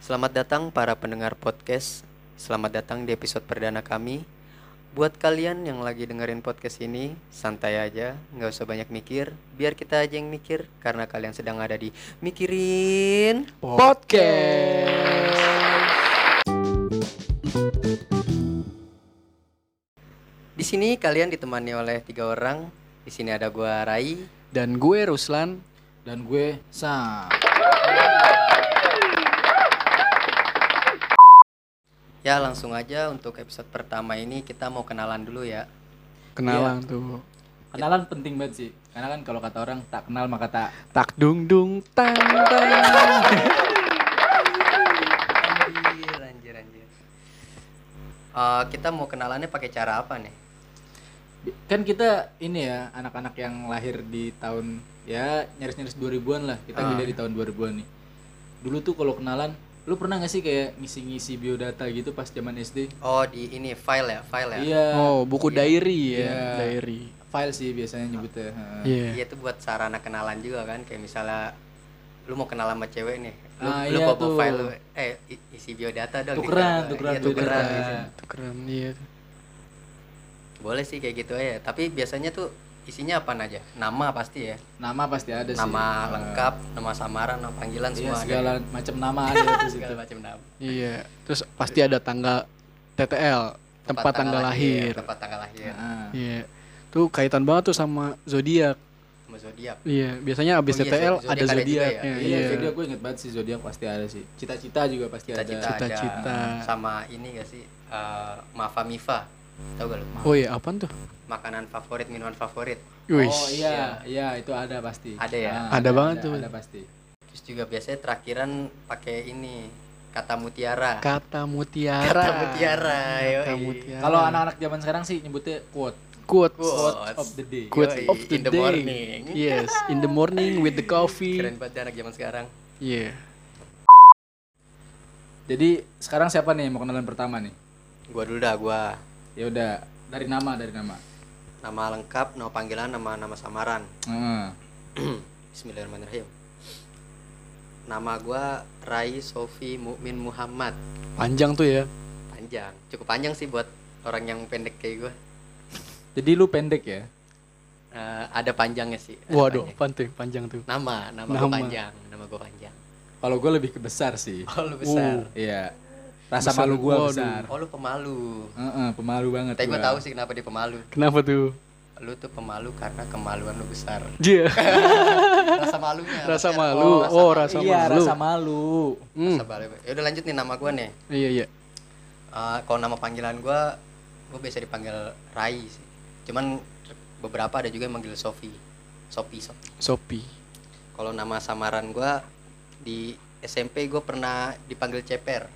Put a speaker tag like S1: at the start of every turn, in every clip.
S1: Selamat datang para pendengar podcast. Selamat datang di episode perdana kami. Buat kalian yang lagi dengerin podcast ini, santai aja, nggak usah banyak mikir. Biar kita aja yang mikir, karena kalian sedang ada di mikirin.
S2: podcast.
S1: Di sini kalian ditemani oleh tiga orang. Di sini ada gua Rai.
S2: Dan gue Ruslan.
S3: dan gue Sam.
S1: Ya langsung aja untuk episode pertama ini kita mau kenalan dulu ya.
S2: Kenalan tuh.
S3: Kenalan penting banget sih. Karena kan kalau kata orang tak kenal maka tak.
S2: Tak dung dung tang tang.
S1: Anjir, anjir, anjir. Eh, kita mau kenalannya pakai cara apa nih?
S3: Kan kita ini ya anak-anak yang lahir di tahun ya nyaris-nyaris 2000-an lah. Kita
S1: Ah.
S3: gede di tahun 2000-an nih. Dulu tuh kalau kenalan, lu pernah gak sih kayak ngisi-ngisi biodata gitu pas zaman SD?
S1: Oh di ini file ya, file ya.
S3: Iya.
S2: Oh, buku diary ya,
S3: Iya.
S2: diary.
S3: File sih biasanya nyebutnya. Heeh.
S2: Iya.
S1: Iya itu buat sarana kenalan juga kan kayak misalnya lu mau kenal sama cewek nih lu,
S3: Ah,
S1: lu
S3: iya
S1: bawa
S3: tuh.
S1: file lu, eh i- isi biodata dong di
S3: Tukeran,
S1: file.
S3: tukeran
S1: Iya,
S3: biodata.
S1: gitu.
S2: Itu keren iya.
S1: boleh sih kayak gitu aja tapi biasanya tuh isinya apa aja nama pasti ya
S3: Nama pasti ada Iya sih. Ah.
S1: nama lengkap nama samaran nama panggilan
S3: Iya,
S1: semua ada.
S3: segala macam nama ada di situ.
S1: segala macam nama
S2: Iya. Terus pasti ada tanggal TTL, tempat, tanggal lahir.
S1: tempat tanggal lahir
S3: Heeh.
S2: Iya. Tuh kaitan banget tuh sama zodiak.
S1: sama zodiak
S2: Iya, biasanya abis
S1: Oh iya,
S2: TTL
S1: zodiak ada
S2: ada
S1: juga
S2: zodiak.
S1: ya?
S3: Iya, zodiak gue inget banget sih zodiak pasti ada sih. Cita-cita juga pasti
S1: cita-cita
S3: ada.
S1: ada.
S2: Cita-cita.
S1: sama ini gak sih eh, Mafa Mifa tau gak lu
S2: Oh iya, apaan tuh?
S1: makanan favorit minuman favorit
S2: Wih.
S3: Oh iya, iya itu ada pasti.
S1: Ada ya?
S3: Ah,
S2: Ada banget tuh.
S3: Ada pasti.
S1: Terus juga biasanya terakhiran pakai ini kata mutiara.
S2: Kata mutiara.
S1: Kata mutiara,
S2: Kata
S1: yoi.
S2: mutiara.
S3: Kalau anak-anak zaman sekarang sih nyebutnya quote.
S2: quote.
S1: Quotes.
S3: Quote of the day.
S2: Quote
S1: Yoi,
S2: of the
S1: in the
S2: day.
S1: morning.
S2: Yes, in the morning with the coffee.
S1: Keren banget ya anak zaman sekarang.
S2: Iya.
S3: Jadi sekarang siapa nih yang mau kenalan pertama nih?
S1: Gua dulu dah, gua
S3: Ya udah dari nama dari nama.
S1: nama lengkap, nama panggilan, nama nama samaran.
S3: Heeh.
S1: Bismillahirrahmanirrahim. Nama gua Rai Sofi Mukmin Muhammad.
S2: Panjang tuh ya.
S1: Panjang, cukup panjang sih buat orang yang pendek kayak gua.
S3: Jadi lu pendek ya?
S1: Eh, ada panjangnya sih. ada
S2: Waduh,
S1: panjang.
S2: pantai panjang tuh.
S1: Nama, nama, gua
S2: Nama.
S1: panjang, nama gua panjang.
S3: Kalau gue lebih ke besar sih.
S1: Oh, lu besar.
S3: Iya. Rasa
S2: Besar
S3: malu gue
S2: gua,
S3: besar.
S1: Oh, lu pemalu.
S3: Heeh, pemalu banget.
S1: Tapi gua
S3: gua.
S1: tahu sih kenapa dia pemalu.
S2: Kenapa tuh?
S1: Lu tuh pemalu karena kemaluan lu besar.
S2: Dia
S1: rasa malunya
S2: rasa
S1: maksudnya.
S2: malu. Oh, rasa
S3: iya,
S2: malu.
S3: rasa malu.
S2: Hmm.
S1: Rasa malu. ya udah lanjut nih nama gua nih
S2: Iya, iya.
S1: Eh, kalau nama panggilan gua gua biasa dipanggil Rai sih cuman beberapa ada juga yang manggil Sofi Sopi Sopi
S2: Sopi.
S1: kalau nama samaran gua di SMP gua pernah dipanggil Ceper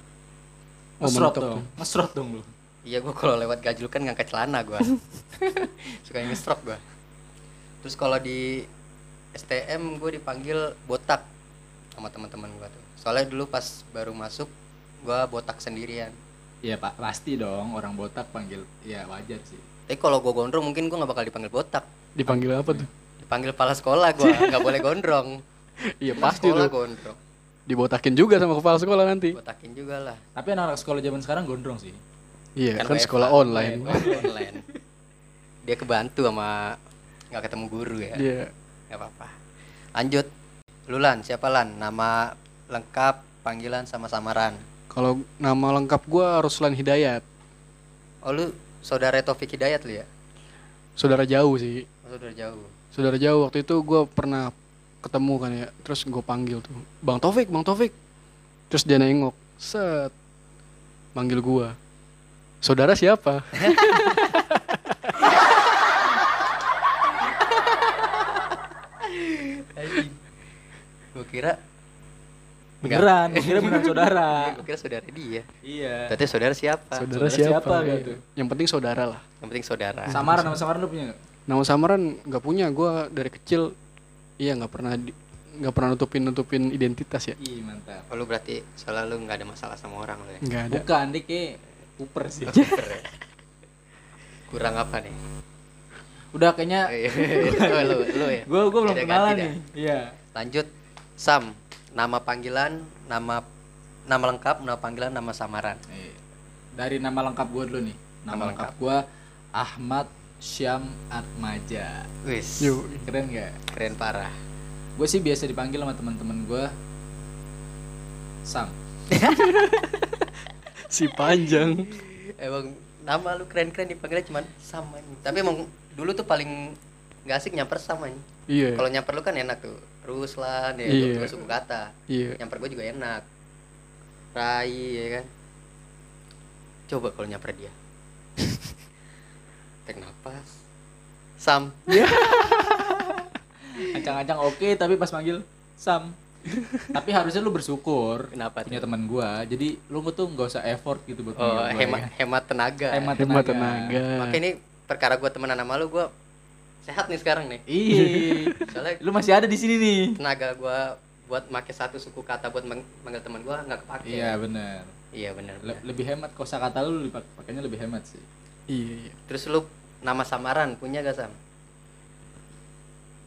S2: Oh,
S3: Mesrot
S2: mantap
S3: dong. Mesrot dong lu.
S1: iya gua kalau lewat gajul kan ngangkat celana gua suka nge-stroke gua terus kalau di STM gue dipanggil botak sama teman-teman gua tuh soalnya dulu pas baru masuk gua botak sendirian
S3: Iya, Pak, pasti dong orang botak panggil ya wajar sih.
S1: Tapi kalau gue gondrong mungkin gue nggak bakal dipanggil botak.
S2: Dipanggil apa tuh?
S1: Dipanggil kepala sekolah gue, nggak boleh gondrong.
S2: Iya,
S1: Kepala
S2: pasti
S1: sekolah
S2: tuh.
S1: gondrong.
S2: Dibotakin juga sama kepala sekolah nanti.
S1: Botakin juga lah.
S3: Tapi anak-anak sekolah zaman sekarang gondrong sih.
S2: Iya, kan
S1: WFH.
S2: sekolah online.
S1: Online. online. Dia kebantu sama nggak ketemu guru ya.
S2: Iya.
S1: Nggak apa-apa. Lanjut. Lulan, siapa Lan? Nama lengkap, panggilan sama samaran.
S2: Kalau nama lengkap gua Ruslan Hidayat.
S1: Oh lu saudara Taufik Hidayat lu ya?
S2: Saudara jauh sih.
S1: Oh, Saudara jauh.
S2: Saudara jauh waktu itu gua pernah ketemu kan ya. Terus gua panggil tuh, "Bang Taufik, Bang Taufik." Terus dia nengok, set. Manggil gua. Saudara siapa?
S1: Gue kira,
S3: Beneran, gua kira beneran saudara.
S1: gue kira saudara dia.
S3: iya.
S1: Berarti saudara siapa?
S2: Saudara,
S3: Saudara
S2: siapa?
S3: siapa
S2: Iya.
S3: gitu?
S2: Yang penting saudara lah.
S1: Yang penting saudara.
S3: Samaran nama samaran lu punya nggak?
S2: Nama samaran nggak punya. Gua dari kecil iya nggak pernah di- nggak pernah nutupin nutupin identitas ya.
S3: Ih, mantap.
S1: Oh, lu berarti selalu nggak ada masalah sama orang lo ya?
S3: Iya.
S2: Nggak ada.
S3: Bukan, dia kayak Cooper sih.
S1: Super ya? Kurang apa nih?
S3: Udah kayaknya
S1: lu, lu, lu ya?
S3: Iya. gua gua belum
S1: Iya. Tidak,
S3: kenalan
S1: tidak.
S3: nih. Iya.
S1: Lanjut, Sam. Nama panggilan, nama nama lengkap, nama panggilan, nama samaran.
S3: Eh, Dari nama lengkap gue dulu nih. Nama,
S1: Nama
S3: lengkap gue Ahmad Syam Atmaja.
S1: Wis.
S2: Yuk.
S3: Keren gak?
S1: Keren parah.
S3: Gue sih biasa dipanggil sama teman-teman gue Sam.
S2: Si panjang.
S1: Emang nama lu keren-keren dipanggilnya cuman sama ini. Tapi emang dulu tuh paling nggak asik nyamper sama ini.
S2: Iya.
S1: Kalau nyamper lu kan enak tuh. Ruslan ya
S2: Iya.
S1: dua suku kata.
S2: Iya.
S1: Nyamper gue juga enak. Rai ya kan. Coba kalau nyamper dia. Tek napas. Sam.
S3: Ancang-ancang oke tapi pas manggil Sam. tapi harusnya lu bersyukur
S1: Kenapa
S3: punya
S1: tuh?
S3: teman gue. Jadi lu tuh nggak usah effort gitu buat
S1: Oh,
S3: manggil gua,
S1: hemat hemat tenaga.
S3: ya. hemat,
S2: Hemat
S3: tenaga.
S2: tenaga.
S1: Makanya ini perkara gue temenan sama lu gue sehat nih sekarang nih.
S3: Iya.
S1: Soalnya
S3: lu masih ada di sini nih.
S1: tenaga gue buat make satu suku kata buat meng- manggil teman gue nggak kepake
S3: Iya benar.
S1: iya benar
S3: Le- lebih hemat kosakata lu dipak- pakainya lebih hemat sih.
S2: Iya, iya.
S1: terus lu nama samaran punya gak sam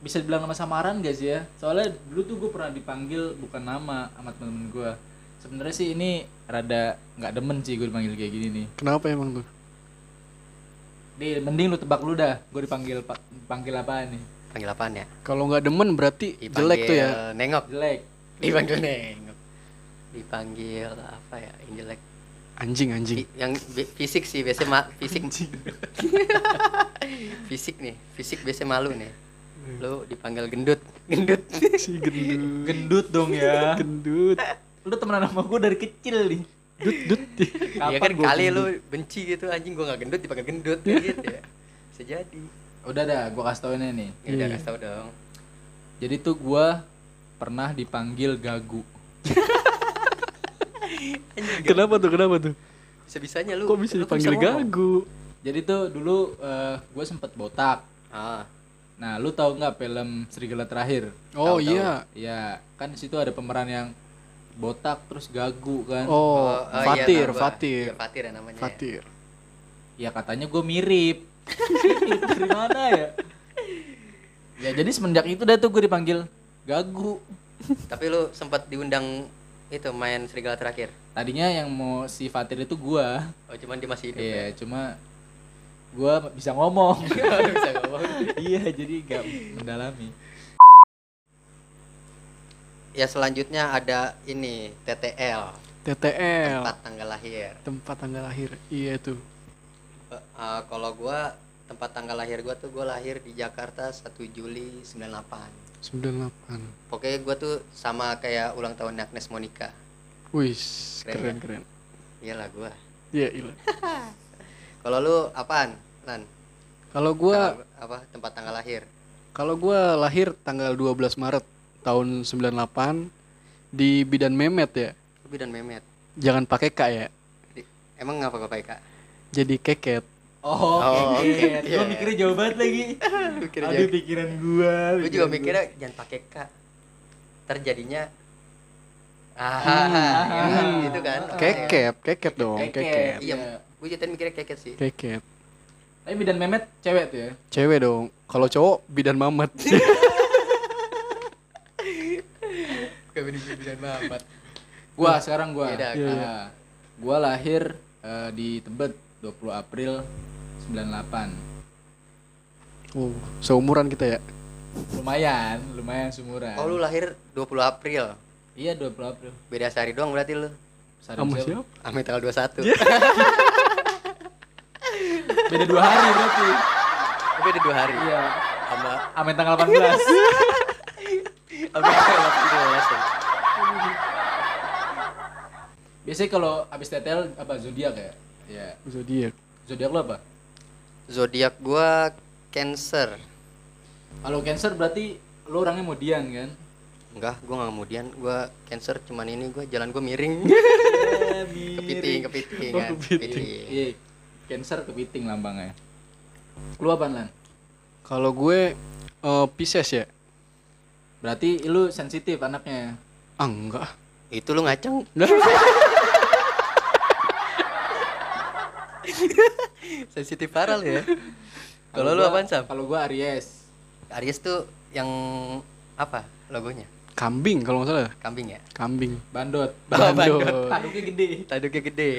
S3: Bisa dibilang nama samaran gak sih ya? Soalnya dulu tuh gue pernah dipanggil bukan nama sama temen-temen gue. Sebenarnya sih ini rada nggak demen sih gue dipanggil kayak gini nih.
S2: Kenapa emang tuh?
S3: Di mending lu tebak lu dah. Gue dipanggil pa- dipanggil apa nih?
S1: panggil apaan ya
S2: Kalau nggak demen berarti
S1: dipanggil
S2: jelek tuh ya.
S1: nengok
S3: Jelek.
S1: dipanggil nengok dipanggil apa ya yang jelek
S2: Anjing, anjing.
S1: Fi- yang bi- fisik sih biasanya ma- fisik fisik nih fisik biasanya malu nih lu dipanggil gendut gendut
S2: Si gendut.
S3: Gendut dong ya.
S2: Gendut.
S3: lu temenan sama gue dari kecil nih.
S2: Dut, dut.
S1: Iya kan
S3: gua
S1: kali
S3: gendut?
S1: lu benci gitu anjing gua nggak gendut dipanggil gendut kayak gitu ya bisa jadi
S3: Udah dah, gue kasih tau ini nih.
S1: ya udah
S2: Iya.
S1: kasih tau dong
S3: Jadi tuh gue pernah dipanggil gagu.
S2: Kenapa tuh? Kenapa tuh?
S1: bisa bisanya lu
S2: Kok bisa
S1: lu
S2: dipanggil
S1: ngomong.
S2: gagu?
S3: Jadi tuh dulu gue sempet botak.
S1: ah
S3: Nah, lu tahu nggak film Serigala Terakhir?
S2: Oh
S1: Tahu, tahu.
S2: iya.
S3: Ya, kan di situ ada pemeran yang botak terus gagu kan.
S1: Oh,
S2: Oh,
S1: oh, iya,
S2: Fatir,
S1: tahu gua.
S2: Fatir.
S1: Iya, Fatir ya namanya ya.
S2: Fatir.
S3: Ya katanya gue mirip. mirip dari mana ya? Ya jadi semenjak itu dah tuh gue dipanggil gagu.
S1: tapi lu sempat diundang itu main serigala terakhir
S3: Tadinya yang mau si Fatir itu gua.
S1: oh cuman dia masih hidup
S3: Iya, cuma gua bisa ngomong.
S1: ya Lu bisa ngomong
S3: iya, jadi gak mendalami.
S1: ya selanjutnya ada ini TTL
S2: TTL.
S1: tempat tanggal lahir
S2: Tempat tanggal lahir. Iya tuh.
S1: Eh, eh, kalau gua tempat tanggal lahir gua tuh gua lahir di Jakarta 1 Juli 98
S2: 98.
S1: Pokoknya gua tuh sama kayak ulang tahun Agnes Monica
S2: Wih,
S1: Keren ya?
S2: keren keren.
S1: Iyalah gua
S2: Iya, iya.
S1: Kalau lu apaan? Lan?
S2: Kalau gua
S1: Tanggal- apa tempat tanggal lahir?
S2: kalau gua lahir tanggal 12 Maret tahun 98 di Bidan Memet ya.
S1: Ruby dan Memet.
S2: Jangan pakai K ya.
S1: Di- Emang ngapa kau pakai kak?
S2: Jadi keket.
S1: Oh,
S3: Oh, oke.
S1: oke.
S3: Gua mikirnya jauh banget lagi.
S1: Mikirnya
S3: Aduh,
S1: jauh.
S3: pikiran gua.
S1: Gue
S3: pikiran
S1: juga
S3: gua.
S1: mikirnya jangan pakai kak. Terjadinya ah, ya,
S3: ah,
S1: gitu kan?
S3: ah,
S2: Keket, keket dong, keket.
S1: Iya,
S3: Iya.
S1: gue jadi mikirnya keket sih.
S2: Keket.
S3: Tapi Bidan Memet cewek tuh ya.
S2: Cewek dong. Kalau cowok Bidan Mamet.
S1: Gak bener-bener banget.
S3: Gua sekarang gua.
S1: Iya, dah.
S2: Iya, iya.
S3: Ah, gua lahir eh, di Tebet 20 April 98.
S2: Oh, seumuran kita ya.
S3: Lumayan, lumayan seumuran.
S1: Oh lu lahir 20 April.
S3: Iya, 20 April.
S1: Beda sehari doang berarti lu.
S3: Sadam
S2: Kamu
S3: siapa?
S2: siapa?
S1: Amit tanggal 21.
S3: Beda dua hari berarti.
S1: Beda dua hari.
S3: Iya.
S1: Sama
S3: Amin tanggal 18.
S1: Amit tanggal 18 ya.
S3: Biasanya kalau abis tetel apa zodiak ya? Iya.
S2: Zodiak.
S3: Zodiak lo apa?
S1: Zodiak gua Cancer.
S3: Kalau Cancer berarti lo orangnya modian kan?
S1: Enggak, gua nggak kemudian. Gua Cancer cuman ini gua jalan gua miring. kepiting, kepiting kan. Kepiting.
S3: Oh, Iya. Cancer kepiting lambangnya. Lu apa Lan?
S2: Kalau gue eh, Pisces ya.
S3: Berarti lu sensitif anaknya.
S2: Ah, enggak.
S1: Itu lu ngaceng. Sensitif parah lu ya. Kalau lu
S3: gua-
S1: apaan, Sam?
S3: Kalau gua Aries.
S1: Aries tuh yang apa logonya?
S2: kambing kalau nggak salah
S1: kambing ya
S2: kambing
S3: Bandot.
S1: Bawa Oh, bandot.
S3: Tanduknya gede.
S1: taduknya gede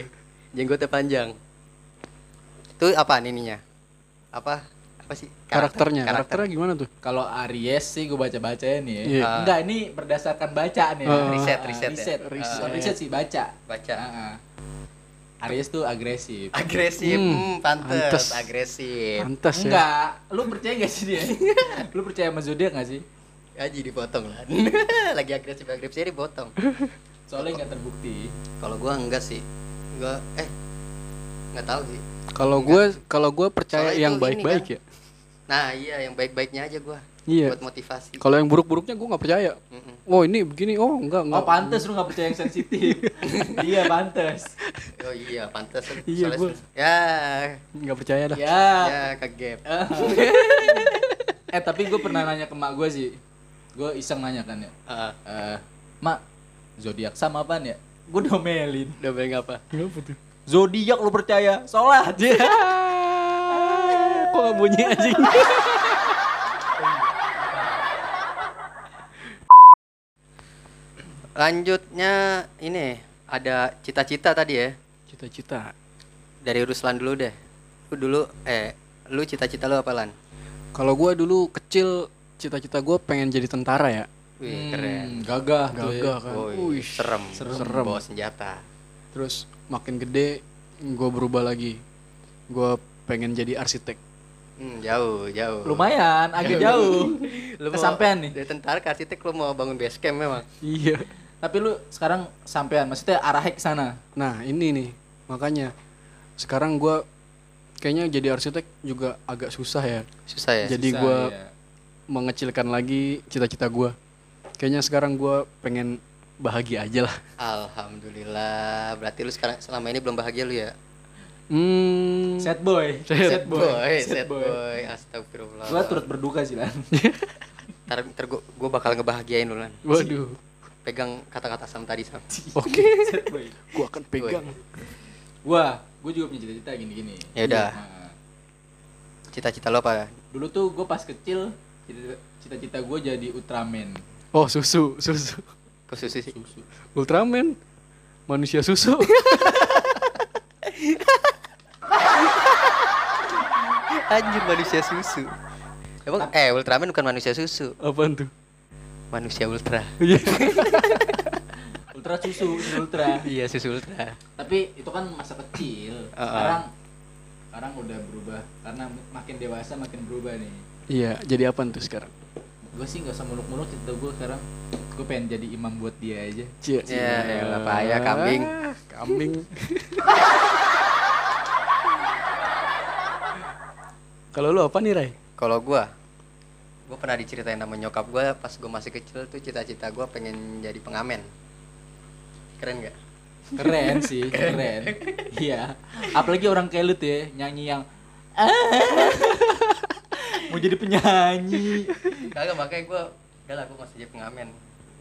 S1: jenggotnya panjang itu apaan ininya apa apa sih Karakter-
S2: karakternya
S1: karakter.
S2: karakternya gimana tuh
S3: Kalau Aries sih gue baca-baca ya nih ya.
S2: Iya.
S1: Ah.
S3: Enggak, ini berdasarkan bacaan ya.
S2: Ah.
S1: Riset,
S3: Ah,
S1: riset ya.
S3: riset.
S1: Ah.
S3: Riset. Bukan riset sih baca.
S1: baca
S3: Ah, ah. Aries tuh agresif.
S1: agresif hmm,
S2: Hmm,
S1: pantes.
S2: pantes.
S1: agresif
S2: pantas ya
S3: Enggak, lu percaya gak sih dia? lu percaya sama zodiak gak sih?
S1: Aji dipotong lah lagi agresif agresif dipotong
S3: Soalnya nggak terbukti.
S1: kalau gua enggak sih gua eh nggak tahu sih
S2: kalau gue kalau gue percaya
S1: Soalnya
S2: yang
S1: itu ini
S2: baik-baik
S1: kan.
S2: ya
S1: nah iya yang baik baiknya aja gua
S2: Iya.
S1: buat motivasi
S2: kalau yang buruk-buruknya gue nggak percaya
S1: Mm-mm.
S2: oh ini begini oh enggak enggak
S3: Oh pantes lu gak percaya yang sensitif Iya pantes
S1: oh iya pantas
S2: Iya,
S1: Soalnya-
S2: gua-
S1: ya
S2: nggak percaya dah
S3: Ya
S1: ya kegap
S3: Eh tapi gue pernah nanya ke mak gue sih Gue iseng nanya kan ya
S1: Ah,
S3: Eh, Mak zodiak sama apaan ya? Gue domelin
S1: dobeng apa
S2: Kenapa tuh?
S3: Zodiak lu percaya Sholat
S2: Kok gak bunyi anjing?
S1: lanjutnya ini ada cita-cita tadi ya
S2: Cita-cita.
S1: dari Ruslan dulu deh lu dulu eh lu cita-cita lu apa lan
S2: Kalau gua dulu kecil, cita-cita gua pengen jadi tentara ya.
S1: wih keren
S3: Hmm, Gagah tuh ya.
S2: Gagah kan.
S1: Woi,
S2: Wih.
S1: serem.
S2: serem.
S1: bawa senjata
S2: Terus makin gede, gua berubah lagi. Gua pengen jadi arsitek.
S1: hmm, jauh jauh
S3: Lumayan agak jauh
S1: Iya. lu mau-
S3: Kesampean nih
S1: dari tentara ke arsitek lu mau bangun base camp memang
S2: Iya.
S3: Tapi lu sekarang sampean Maksudnya arahnya ke sana
S2: Nah ini nih, makanya sekarang gua kayaknya jadi arsitek juga agak susah ya.
S1: susah ya
S2: Jadi
S3: Susah,
S2: gua
S3: ya.
S2: mengecilkan lagi cita-cita gua. Kayaknya sekarang gua pengen bahagia aja lah.
S1: Alhamdulillah. Berarti lu sekarang selama ini belum bahagia lu ya?
S2: Hmm.
S3: Sad boy
S1: Sad boy, sad boy. Astagfirullah.
S3: Gue turut berduka sih Lan
S1: Ntar, ntar gua, gua bakal ngebahagiain lu Lan.
S2: Waduh.
S1: Pegang kata-kata Sam tadi Sam.
S2: Oke.
S3: Sad boy
S2: Gua akan pegang.
S3: Gua, gua juga punya cita-cita gini-gini.
S1: Ya udah.
S3: Nah,
S1: Cita-cita lu apa?
S3: dulu tuh gua pas kecil cita- cita-cita gua jadi Ultraman.
S2: Oh susu, susu.
S1: Ke susu sih.
S3: Susu.
S2: Ultraman, manusia susu.
S1: Anjir manusia susu. Emang eh Ultraman bukan manusia susu,
S2: Apaan tuh?
S1: manusia ultra.
S2: Iya.
S3: Ultra susu, susu ultra.
S1: Iya susu ultra.
S3: Tapi itu kan masa kecil.
S1: Ah, ah.
S3: Sekarang sekarang udah berubah karena makin dewasa makin berubah nih.
S2: Iya, jadi apaan tuh sekarang?
S3: Gua sih nggak usah muluk-muluk cita gua sekarang. Gua pengen jadi imam buat dia aja.
S2: Cie.
S1: Ya, elah, payah, kambing.
S2: Iya, Ah, Kambing. Kalau lu apa nih, Ray?
S1: Kalau gua gua pernah diceritain sama nyokap gua pas gua masih kecil tuh cita-cita gua pengen jadi pengamen. Keren gak?
S3: Keren sih, keren. Iya. Apalagi orang kayak lu tuh ya, nyanyi yang "Ah." mau jadi penyanyi.
S1: Kagak makanya gua udah lah gua masih jadi pengamen.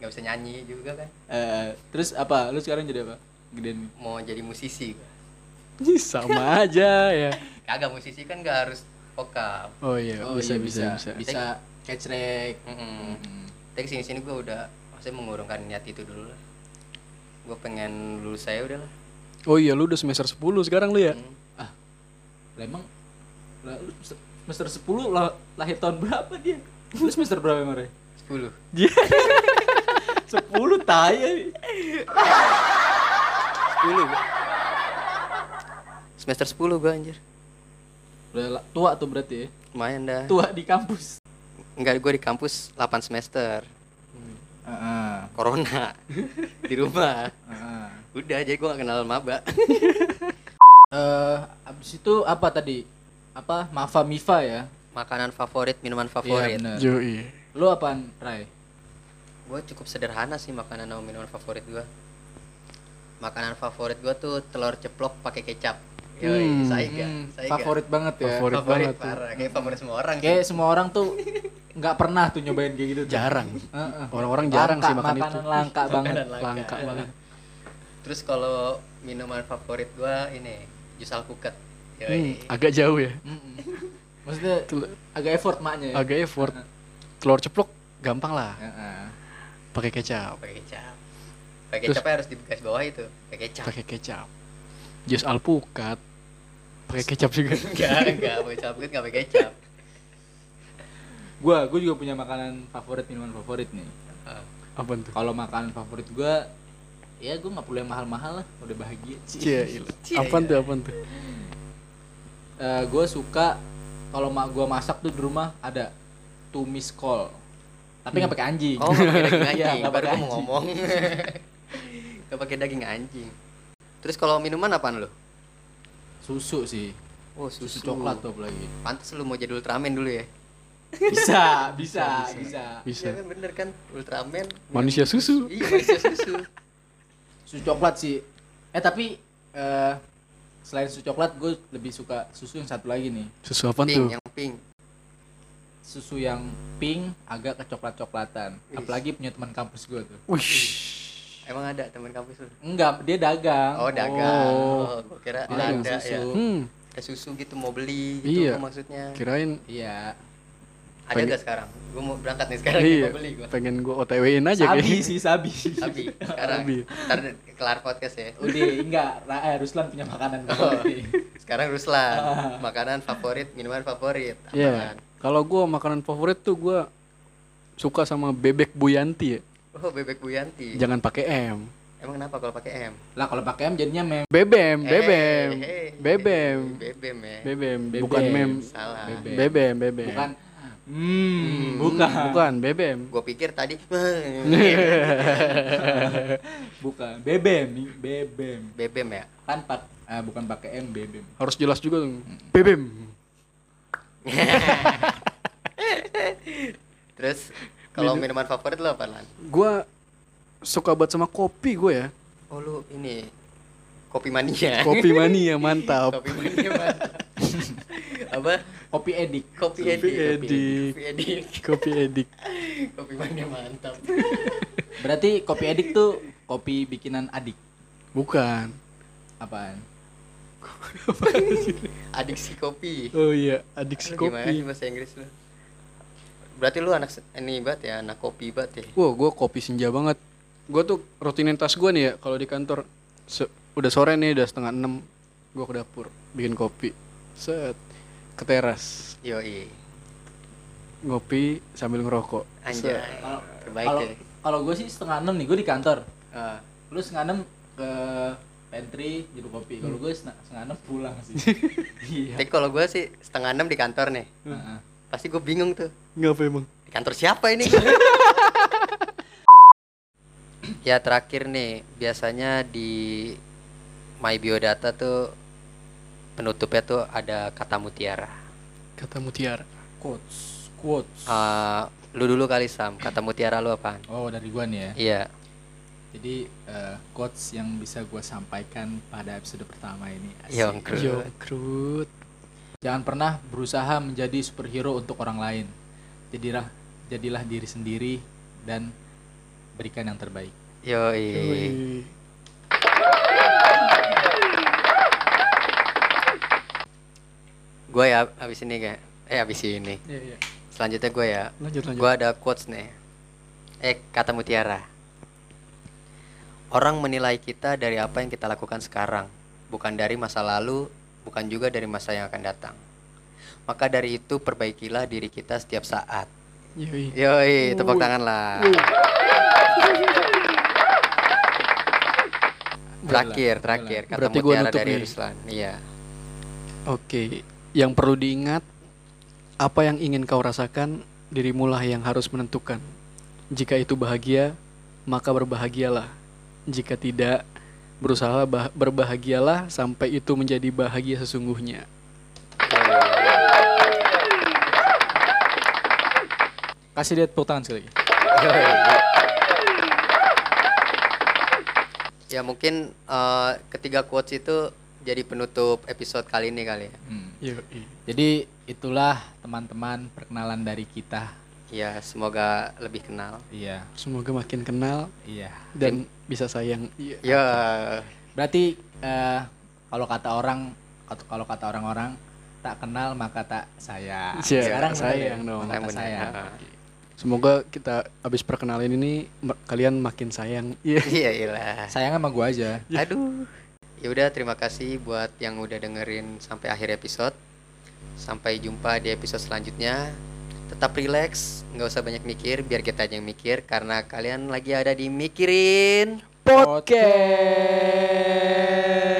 S1: Gak bisa nyanyi juga kan.
S3: Eh, terus apa? Lu sekarang jadi apa? Gedean.
S1: Mau jadi musisi.
S2: Ih, sama aja ya.
S1: Kagak musisi kan gak harus vokal.
S2: Oh iya, bisa,
S3: iya,
S2: bisa, bisa,
S3: Bisa catch rek.
S1: Mm-mm.
S3: Mm.
S1: Tapi kesini sini gua udah maksudnya mengurungkan niat itu dulu lah. Gua pengen lulus saya udah lah.
S2: Oh iya, lu udah semester 10 sekarang lu ya?
S1: Hmm.
S3: Ah. Lah emang lah, lu se- semester 10 lah, lahir tahun berapa dia? Lu semester berapa emang, Re?
S1: 10.
S3: 10 tai. ya.
S1: 10 gua. Semester 10 gua anjir.
S3: Udah la- tua tuh berarti ya.
S1: Lumayan dah.
S2: Eh.
S3: Tua di kampus.
S1: Enggak gua di kampus 8 semester.
S2: Ah,
S3: Heeh.
S1: Corona. di rumah.
S2: ah.
S3: Heeh.
S1: Udah jadi gua gak kenal maba.
S3: Eh, abis itu apa tadi? Apa Mafa Mifa ya?
S1: Makanan favorit, minuman favorit.
S3: bener.
S2: Jo, iya.
S3: Lu apaan, Rai?
S1: gue cukup sederhana sih makanan sama minuman favorit gue makanan favorit gue tuh telur ceplok pakai kecap Yoi,
S2: Hmm.
S1: saiga,
S3: Hmm,
S1: saiga.
S3: favorit banget ya.
S2: Favorit.
S1: favorit
S2: banget tuh.
S1: parah kayak favorit semua orang
S3: Kayak semua orang tuh nggak pernah tuh nyobain kayak gitu. tuh.
S2: Jarang.
S3: Heeh.
S2: Orang-orang jarang
S3: Langka,
S2: sih makan
S3: makanan
S2: itu.
S3: langka banget.
S1: Makanan langka.
S2: Langka banget.
S1: terus kalau minuman favorit gue ini jus alpukat
S2: Hmm,
S1: Yoi.
S2: agak jauh ya.
S3: Mm-mm. Maksudnya
S2: Tel-
S3: agak effort maknya ya.
S2: Agak effort. Telur ceplok gampang lah.
S3: Heeh.
S2: pakai kecap
S1: pakai kecap pakai
S2: Terus-
S1: kecapnya harus dibekas bawah itu pakai kecap
S2: pakai kecap jus alpukat pakai kecap juga
S1: enggak enggak pakai kecap kan enggak pakai kecap
S3: Gua gua juga punya makanan favorit, minuman favorit nih.
S1: Ah,
S2: apa tuh
S3: Kalau makanan favorit gua ya gua nggak perlu yang mahal-mahal lah, udah bahagia.
S2: cie ilah. apaan tuh apaan tuh
S3: Eh, gue suka kalau mak gue masak tuh di rumah ada tumis kol tapi nggak pakai anjing
S1: oh nggak pakai daging
S3: Iya,
S1: anjing
S3: nggak
S1: baru gua
S3: pakai
S1: mau
S3: anjing.
S1: ngomong nggak pakai daging anjing terus kalau minuman apaan lo
S3: susu sih
S1: oh
S3: susu, coklat tuh apalagi
S1: pantas lu mau jadi ultraman dulu ya
S3: bisa bisa bisa
S1: Iya
S2: bisa
S1: kan bener kan ultraman
S2: Manusia
S1: minum
S2: susu.
S1: iya manusia susu
S3: susu coklat sih eh tapi eh, selain susu coklat gue lebih suka susu yang satu lagi nih
S2: susu apaan
S1: pink
S2: tuh
S1: yang pink
S3: susu yang pink agak kecoklat-coklatan
S1: Wih.
S3: apalagi punya teman kampus gue tuh
S2: Wih,
S1: emang ada teman kampus lu
S3: enggak dia dagang
S1: oh dagang oh,
S2: Oh.
S1: gua kira
S3: Dia
S1: ada
S3: dagang
S1: ya
S3: susu
S2: hmm,
S1: ada susu gitu mau beli gitu
S2: Iya.
S1: gua maksudnya
S2: kirain
S3: iya
S1: ada
S2: Pengen-
S1: gak sekarang gue mau berangkat nih sekarang
S2: Iya.
S1: mau beli gue
S2: pengen gua OTW-in aja
S3: sabi
S2: kayaknya.
S3: sih sabi
S1: tapi sekarang
S2: Sabi.
S1: ntar kelar podcast ya
S3: udah enggak Ra- eh, Ruslan punya makanan
S1: Oh.
S3: favorit nih.
S1: sekarang Ruslan makanan favorit minuman favorit kan?
S2: Ah. Iya.
S1: apaan?
S2: Kalau gua makanan favorit tuh gua suka sama bebek Buyanti ya.
S1: oh bebek Bu Yanti
S2: Jangan pakai M.
S1: emang kenapa kalau pakai M
S3: Lah kalau pakai M jadinya mem.
S2: Bebem,
S1: Eh,
S2: bebem,
S1: eh,
S2: bebem,
S1: bebem ya
S2: bebem,
S3: Bebem.
S2: bukan mem,
S1: salah
S3: Bebem.
S2: bebem, bebem,
S3: Bukan. Hmm, bukan.
S2: bukan bebem.
S1: gue pikir tadi
S3: Bukan. Bebem, nih, bebem.
S1: bebem ya
S3: Kan pak ah, bukan pakai M bebem.
S2: Harus jelas juga tuh.
S1: Hmm.
S2: Bebem.
S1: terus kalau minuman favorit lo apa lan
S2: Gua suka banget sama kopi gue ya.
S1: oh lu ini kopi mania
S2: Kopi mania mantap.
S1: Eh. kopi mania Bang. apa
S3: Kopi edik.
S1: kopi
S2: Kopi
S1: edik
S2: edik.
S1: kopi edik
S2: Kopi edik.
S1: kopi mania mantap
S3: Berarti kopi edik tuh kopi bikinan adik.
S2: Bukan.
S3: Apaan?
S1: adiksi kopi
S2: Oh iya, adiksi
S1: Lu gimana sih
S2: kopi.
S1: bahasa Inggris lu berarti lu anak se- ini banget ya anak kopi banget ya
S2: Wah, gue kopi senja banget. Gue tuh rutinitas gue nih ya kalau di kantor se- udah sore nih, udah setengah enam, gue ke dapur bikin kopi, set ke teras
S1: yoi
S2: ngopi sambil ngerokok.
S1: anjay
S2: Set.
S3: Kalau-
S1: terbaik
S3: Kalau
S1: ya
S3: kalau gue sih setengah enam nih, gue di kantor.
S1: Ah,
S3: Lu setengah enam ke pantry jadi kopi. Kalau gue setengah setengah enam pulang sih. iya.
S1: tapi kalau gue sih setengah enam di kantor nih
S3: Heeh.
S1: pasti gue bingung tuh
S2: Ngapa emang?
S1: di kantor siapa ini ya terakhir nih biasanya di my biodata tuh penutupnya tuh ada kata mutiara
S2: Kata mutiara.
S3: Quotes, quotes.
S1: Ah, lu dulu kali sam kata mutiara lu apaan
S3: Oh, dari gue nih ya.
S1: iya
S3: Jadi eh, quotes yang bisa gue sampaikan pada episode pertama ini. asik.
S1: yang kru
S2: Jongkrut.
S3: Jangan pernah berusaha menjadi superhero untuk orang lain. Jadilah jadilah diri sendiri dan berikan yang terbaik.
S1: yoi
S2: Wih.
S1: gue ya abis ini kayak eh abis ini
S2: Iya, iya.
S1: selanjutnya gue ya
S2: Lanjut lanjut.
S1: Gua ada quotes nih. Eh, kata mutiara. Orang menilai kita dari apa yang kita lakukan sekarang, bukan dari masa lalu, bukan juga dari masa yang akan datang. Maka dari itu perbaikilah diri kita setiap saat.
S2: Yoi.
S1: Yoi, tepuk
S2: Wuih.
S1: tangan lah. Terakhir, terakhir kata
S2: Berarti gua
S1: mutiara
S2: nutup
S1: dari
S2: nih.
S1: Ruslan. Iya.
S2: Oke, yang perlu diingat apa yang ingin kau rasakan, dirimulah yang harus menentukan. Jika itu bahagia, maka berbahagialah. Jika tidak, berusaha bah- berbahagialah sampai itu menjadi bahagia sesungguhnya.
S3: Kasih dia tepuk tangan sekali. lagi.
S1: Ya mungkin eh, ketiga quotes itu jadi penutup episode kali ini kali ya.
S3: Hmm.
S2: Yoi.
S3: Jadi itulah teman-teman perkenalan dari kita.
S1: Iya, semoga lebih kenal.
S3: Iya,
S2: Semoga makin kenal
S3: iya.
S2: dan bisa sayang. Iya.
S1: Ya,
S3: Berarti eh, kalau kata orang kalau kata orang-orang tak kenal maka tak sayang.
S2: Iya,
S3: Sekarang
S2: sayang
S3: bener ya?
S2: dong.
S3: Maka tak
S1: bener.
S3: sayang.
S1: Nah,
S2: Semoga kita habis perkenalan ini ma- kalian makin sayang. Iya.
S1: Iya ilah.
S3: Sayang sama gua aja.
S1: Aduh. Ya udah terima kasih buat yang udah dengerin sampai akhir episode. Sampai jumpa di episode selanjutnya. Tetap relax, nggak usah banyak mikir, biar kita aja yang mikir karena kalian lagi ada di mikirin.
S3: Podcast.